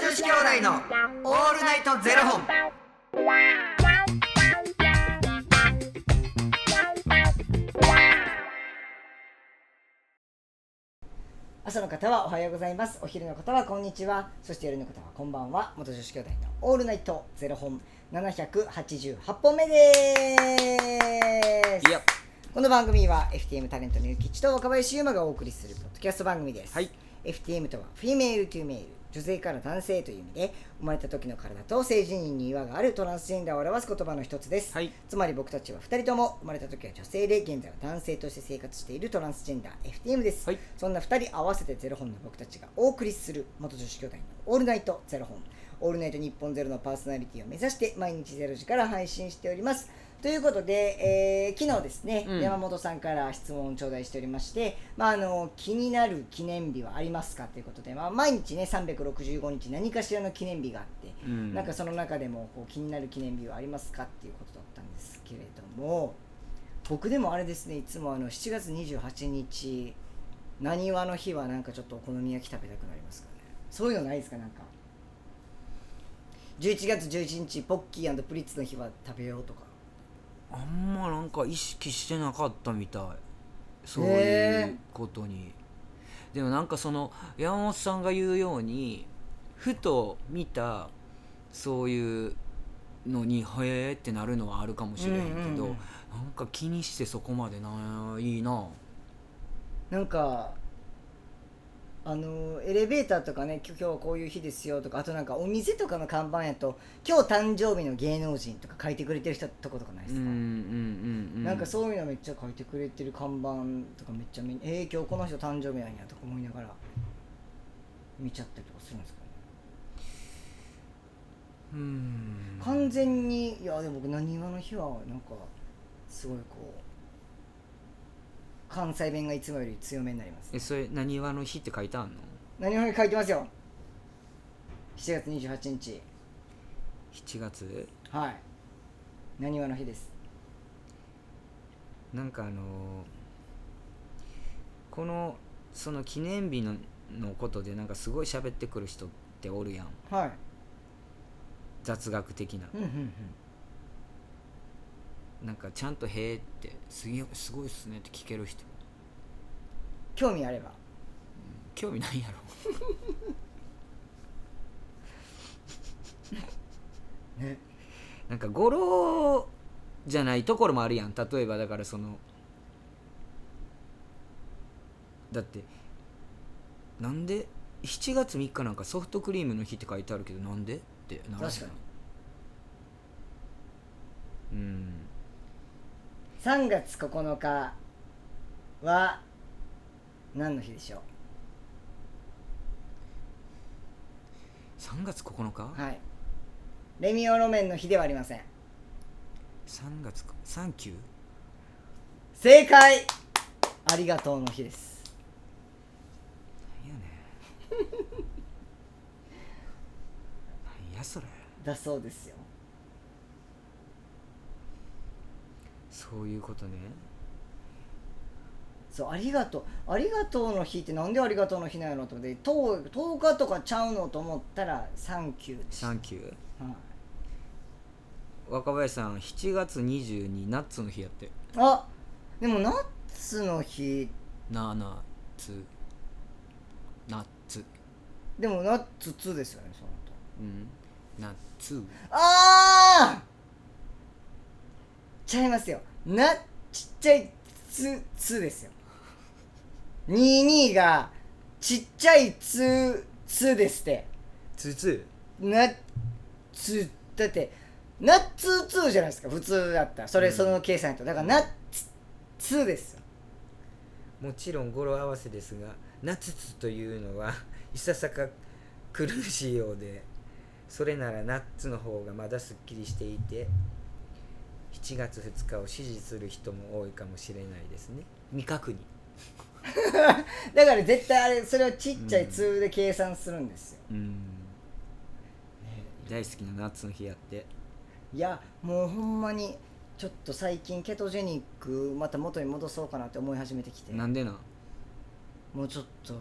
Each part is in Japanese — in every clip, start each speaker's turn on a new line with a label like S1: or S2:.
S1: 子兄弟のオールナイトゼロ本。
S2: 朝の方はおはようございますお昼の方はこんにちはそして夜の方はこんばんは元女子兄弟のオールナイトゼロ本788本目です
S1: いや
S2: この番組は FTM タレントのゆきちと若林優馬がお送りするポッドキャスト番組です、
S1: はい
S2: FTM とはフィメールトゥーメール女性から男性という意味で生まれた時の体と性自認に違和があるトランスジェンダーを表す言葉の一つです、
S1: はい
S2: つまり僕たちは2人とも生まれた時は女性で現在は男性として生活しているトランスジェンダー FTM です、
S1: はい
S2: そんな2人合わせてゼロ本の僕たちがお送りする元女子兄弟の「オールナイトゼロ本」「オールナイト日本ゼロのパーソナリティを目指して毎日ゼロ時から配信しておりますということで、えー昨日ですね、
S1: うん
S2: 山本さんから質問を頂戴しておりまして、まあ、あの気になる記念日はありますかということで、まあ、毎日ね365日何かしらの記念日があって、
S1: うん
S2: なんかその中でもこう気になる記念日はありますかっていうことだったんですけれども僕でもあれですねいつもあの7月28日なにわの日はなんかちょっとお好み焼き食べたくなりますからねそういうのないですかなんか11月11日ポッキープリッツの日は食べようとか
S1: あんまなんか意識してなかったみたいそうい
S2: へ
S1: う
S2: ー
S1: ことに、でもなんかその山本さんが言うようにふと見たそういうのに「へえ」ってなるのはあるかもしれへんけど、
S2: うんうんうん
S1: なんか気にしてそこまでないな
S2: なんかあのエレベーターとかね今日はこういう日ですよとかあとなんかお店とかの看板やと今日誕生日の芸能人とか書いてくれてる人とことかないで
S1: うん
S2: す
S1: うん
S2: か、
S1: うんうん
S2: なんかそういうのめっちゃ書いてくれてる看板とかめっちゃ見えー、今日この人誕生日なんやとか思いながら見ちゃったりとかするんですかね、
S1: うん
S2: 完全にいやでも僕なにわの日はなんかすごいこう関西弁がいつもより強めになります
S1: えそれ「なにわの日」って書いてあんの
S2: 何わの日書いてますよ7月28日
S1: ?7 月
S2: はいなにわの日です
S1: なんかあのーこのその記念日ののことでなんかすごい喋ってくる人っておるやん
S2: はい
S1: 雑学的な
S2: うんうんうん
S1: なんかちゃんと「へえ」ってすげえすごいっすねって聞ける人
S2: 興味あれば
S1: 興味ないやろ
S2: ね
S1: なんか語呂じゃないところもあるやん例えばだからそのだってなんで7月3日なんかソフトクリームの日って書いてあるけどなんでってならへん
S2: 確かに
S1: うん
S2: 3月9日は何の日でしょ
S1: 3月9日、
S2: うはいレミオロメンの日ではありません
S1: 3月かサンキュー
S2: 正解ありがとうの日です
S1: なんやね んなんやそれ
S2: だそうですよ
S1: そういうことね
S2: そうありがとうありがとうの日ってなんでありがとうの日なんやろと思って 10, 10日とかちゃうのと思ったらサンキューでした、
S1: サンキュー
S2: はい
S1: 若林さん7月22ナッツの日やって
S2: あでもナッツの日
S1: なあなつナッツ
S2: でもナッツ2ですよねその後
S1: うんナッツ
S2: ああちゃいますよなちっちゃいつつですよ22がちっちゃいつつですって
S1: つつ
S2: なつだってなつつじゃないですか普通だったらそれ、
S1: うん
S2: その計算とだからなつつですよ
S1: もちろん語呂合わせですがナツツというのはい ささか苦しいようでそれならナッツの方がまだすっきりしていて7月2日を支持する人も多いかもしれないですね未確認
S2: だから絶対あれそれをちっちゃいつで計算するんですよ、
S1: うん大好きなナッツの日やって
S2: いやもうほんまにちょっと最近ケトジェニックまた元に戻そうかなって思い始めてきて
S1: なんでなん
S2: もうちょっと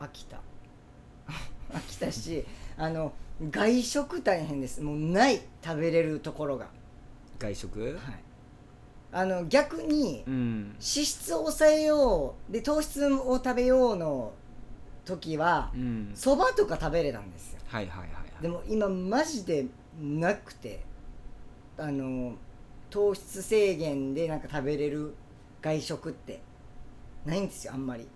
S2: 飽きた 飽きたしあの外食大変ですもうない食べれるところが、は
S1: 外食
S2: い、あの逆に
S1: うん
S2: 脂質を抑えようで糖質を食べようの時は
S1: うん
S2: そばとか食べれたんですよ
S1: はいはいはい
S2: で
S1: は
S2: も
S1: い
S2: 今マジでなくてあの糖質制限でなんか食べれる外食ってないんですよあんまり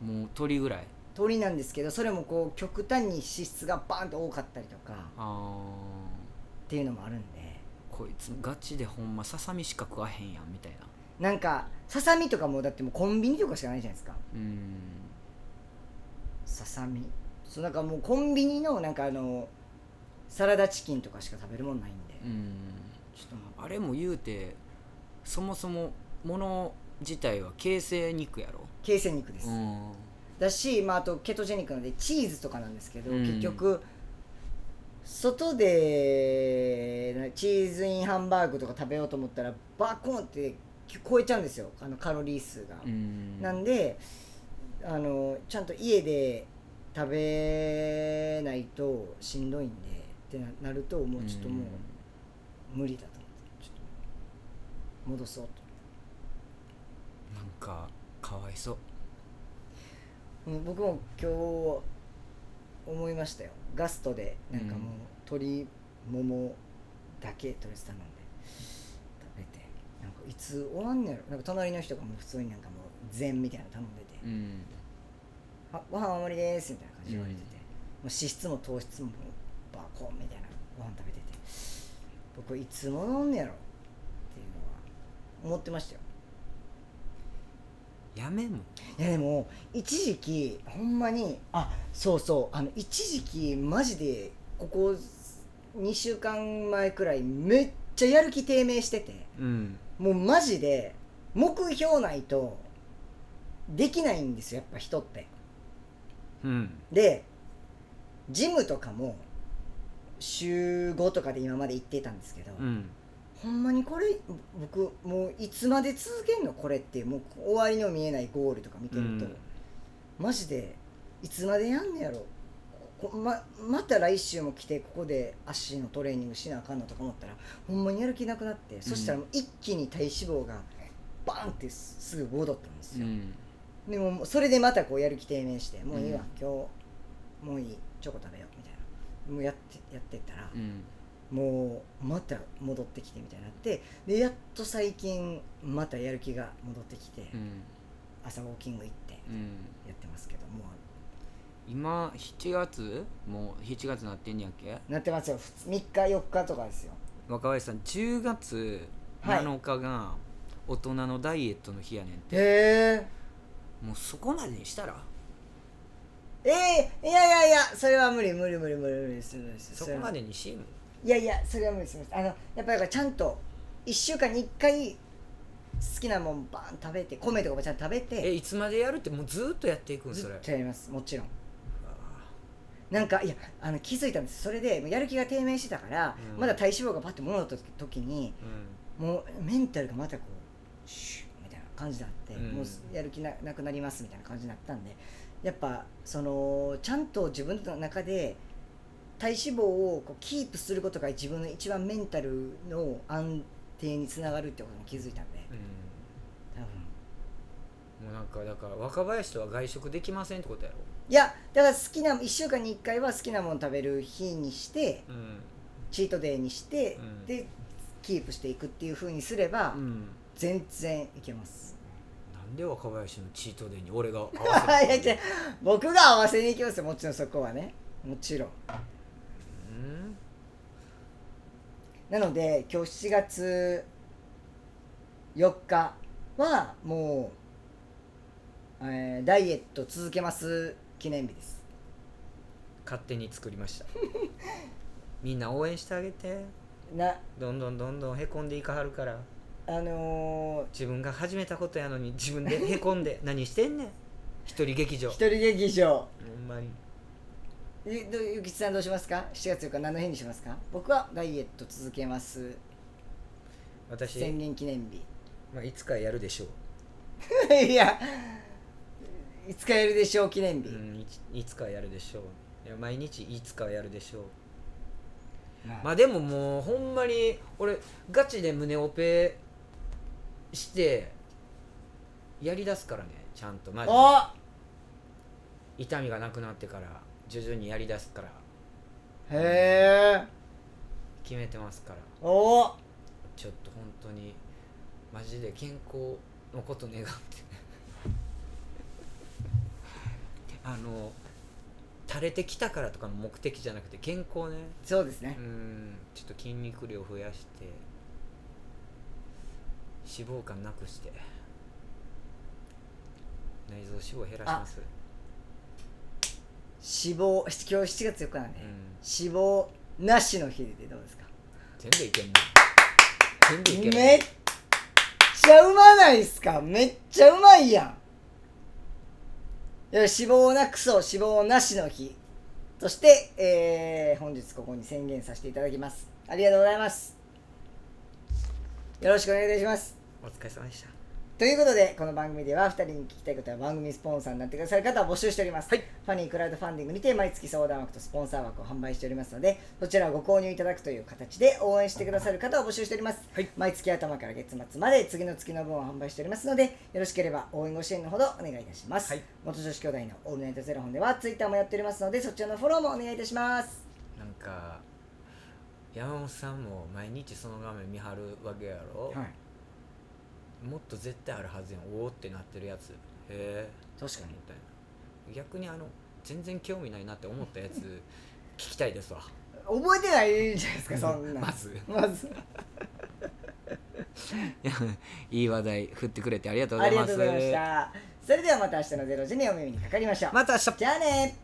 S1: もう鶏ぐらい
S2: 鳥なんですけどそれもこう極端に脂質がバーンと多かったりとかっ
S1: あ
S2: ていうのもあるんで
S1: ーこいつガチでほんまささみしか食わへんやんみたいな
S2: なんかささみとかもだってもうコンビニとかしかないじゃないですか
S1: うん
S2: ささみそうなんかもうコンビニのなんかあのサラダチキンとかしか食べるもんないんで
S1: うん
S2: ちょっともう
S1: あれも言うてそもそももの自体は形成肉やろ
S2: 形成肉です、
S1: ん
S2: だし、まあ、あとケトジェニックなのでチーズとかなんですけど、
S1: うん
S2: 結局外でなチーズインハンバーグとか食べようと思ったらバコンって超えちゃうんですよあのカロリー数が、
S1: うん
S2: なんであのちゃんと家で食べないとしんどいんでってななるともうちょっともう無理だと思ってちょっと戻そうと
S1: うんなんかかわいそう
S2: うん僕も今日思いましたよガストでなんかもう
S1: うん
S2: 鶏ももだけとりあえず頼んで食べてなんかいつ終わんねやろなんか隣の人がもう普通になんかもう膳みたいなの頼んでて
S1: うん
S2: 「あご飯大盛りです」みたいな感じで言われてて、もう脂質も糖質ももうバコンみたいなご飯食べてて僕いつも飲んねやろっていうのは思ってましたよ
S1: やめんもん
S2: いやでも一時期ほんまにあそうそうあの一時期マジでここ2週間前くらいめっちゃやる気低迷してて
S1: うん
S2: もうマジで目標ないとできないんですよやっぱ人って
S1: うん
S2: でジムとかも週5とかで今まで行ってたんですけど、
S1: うん
S2: ほんまにこれ僕もういつまで続けんのこれっていうもう終わりの見えないゴールとか見てると、
S1: うん
S2: マジでいつまでやんねやろここままた来週も来てここで足のトレーニングしなあかんのとか思ったらほんまにやる気なくなって、そしたらもう一気に体脂肪がバーンってすぐ戻ったんです
S1: う
S2: よ、
S1: ん
S2: でももうそれでまたこうやる気低迷してもういいわ、
S1: うん
S2: 今日もういいチョコ食べようみたいなもうやってやってったら、
S1: うん
S2: もうまた戻ってきてみたいになってでやっと最近またやる気が戻ってきて、
S1: うん
S2: 朝ウォーキング行って
S1: うん
S2: やってますけども
S1: 今7月もう7月なってんやっけ
S2: うなってますよ3日4日とかですよ
S1: 若林さん10月7日が大人のダイエットの日やねんて、
S2: へ
S1: もうそこまでにしたら
S2: ええー、いやいやいやそれは無理無理無理無理無理です無理です
S1: そこま
S2: れは
S1: でにしん
S2: いやいやそれは無理です無理ですあのやっぱりだからちゃんと1週間に1回好きなもんバーン食べて米とかもちゃんと食べ
S1: え
S2: て
S1: いつまでやるってもうずーっとやっていくん
S2: ず
S1: そ
S2: っ
S1: れ
S2: とやりますもちろん
S1: うわ
S2: なんかいやあの気づいたんですそれでもうやる気が低迷してたから、
S1: うん
S2: まだ体脂肪がパッて戻った時に
S1: ーうん
S2: もうメンタルがまたこうシュッみたいな感じになって、
S1: うん
S2: もうやる気ななくなりますみたいな感じになったんでやっぱそのちゃんと自分の中で体脂肪をこうキープすることが自分の一番メンタルの安定につながるってことに気づいたんで
S1: う
S2: 多分
S1: ん、もうなんかだから若林とは外食できませんってことやろ
S2: いやだから好きな1週間に1回は好きなもの食べる日にして
S1: うん
S2: チートデイにして、
S1: うん
S2: でキープしていくっていうふうにすれば、
S1: うん
S2: 全然いけます。
S1: なんで若林のチートデイに俺が合 わ
S2: い
S1: せ
S2: や違
S1: る
S2: う僕が合わせに行きますよもちろんそこはねもちろん
S1: うん
S2: なので今日7月4日はもう、えーダイエット続けます記念日です
S1: 勝手に作りました みんな応援してあげて
S2: な
S1: どんどんどんどんへこんでいかはるから
S2: あの
S1: 自分が始めたことやのに自分でへこ んで何してんねん一人劇
S2: ー一
S1: 場ほ
S2: 人劇場
S1: んまに
S2: ゆどゆきちさんどうしますか7月4日何の日にしますか僕はダイエット続けます
S1: 私、
S2: 宣言記念日
S1: まあ、いつかやるでしょう
S2: いやいつかやるでしょう記念日、
S1: うん、いついつかやるでしょういや毎日いつかやるでしょう
S2: まあ
S1: まあでももうほんまに俺ガチで胸オペしてやりだすからねちゃんとマジで
S2: あ
S1: 痛みがなくなってから徐々にやりだすから
S2: へえ
S1: 決めてますから
S2: おお
S1: ちょっと本当にマジで健康のこと願ってあの垂れてきたからとかの目的じゃなくて健康ね
S2: そうですね
S1: うんちょっと筋肉量増やして脂肪感なくして内臓脂肪減らします
S2: 死亡今日7月4日なんで、
S1: うん
S2: 死亡なしの日でどうですか
S1: 全部いけんの全部いける
S2: めっちゃうまないっすかめっちゃうまいやんいや脂肪をなくそう脂肪なしの日そして、えー本日ここに宣言させていただきますありがとうございますよろしくお願いいたします
S1: お疲れ様でした
S2: ということでこの番組では2人に聞きたいことや番組スポンサーになってくださる方を募集しております、
S1: はい
S2: ファニークラウドファンディングにて毎月相談枠とスポンサー枠を販売しておりますのでそちらをご購入いただくという形で応援してくださる方を募集しております、
S1: はい
S2: 毎月頭から月末まで次の月の分を販売しておりますのでよろしければ応援ご支援のほどお願いいたします、
S1: はい
S2: 元女子兄弟のオールナイトゼロ本ではツイッターもやっておりますのでそちらのフォローもお願いいたします
S1: なんか山本さんも毎日その画面見張るわけやろ、
S2: はい
S1: もっと絶対あるはずやんおおってなってるやつへえ
S2: 確かに
S1: みたいな逆にあの全然興味ないなって思った やつ聞きたいですわ
S2: 覚えてないじゃないですかそんな
S1: まず
S2: まず
S1: いやいい話題振ってくれてありがとうご
S2: あ
S1: ざい
S2: りが
S1: ます
S2: とうございました。それではまた明日の0時にお耳にかかりましょう。
S1: また明日
S2: じゃあね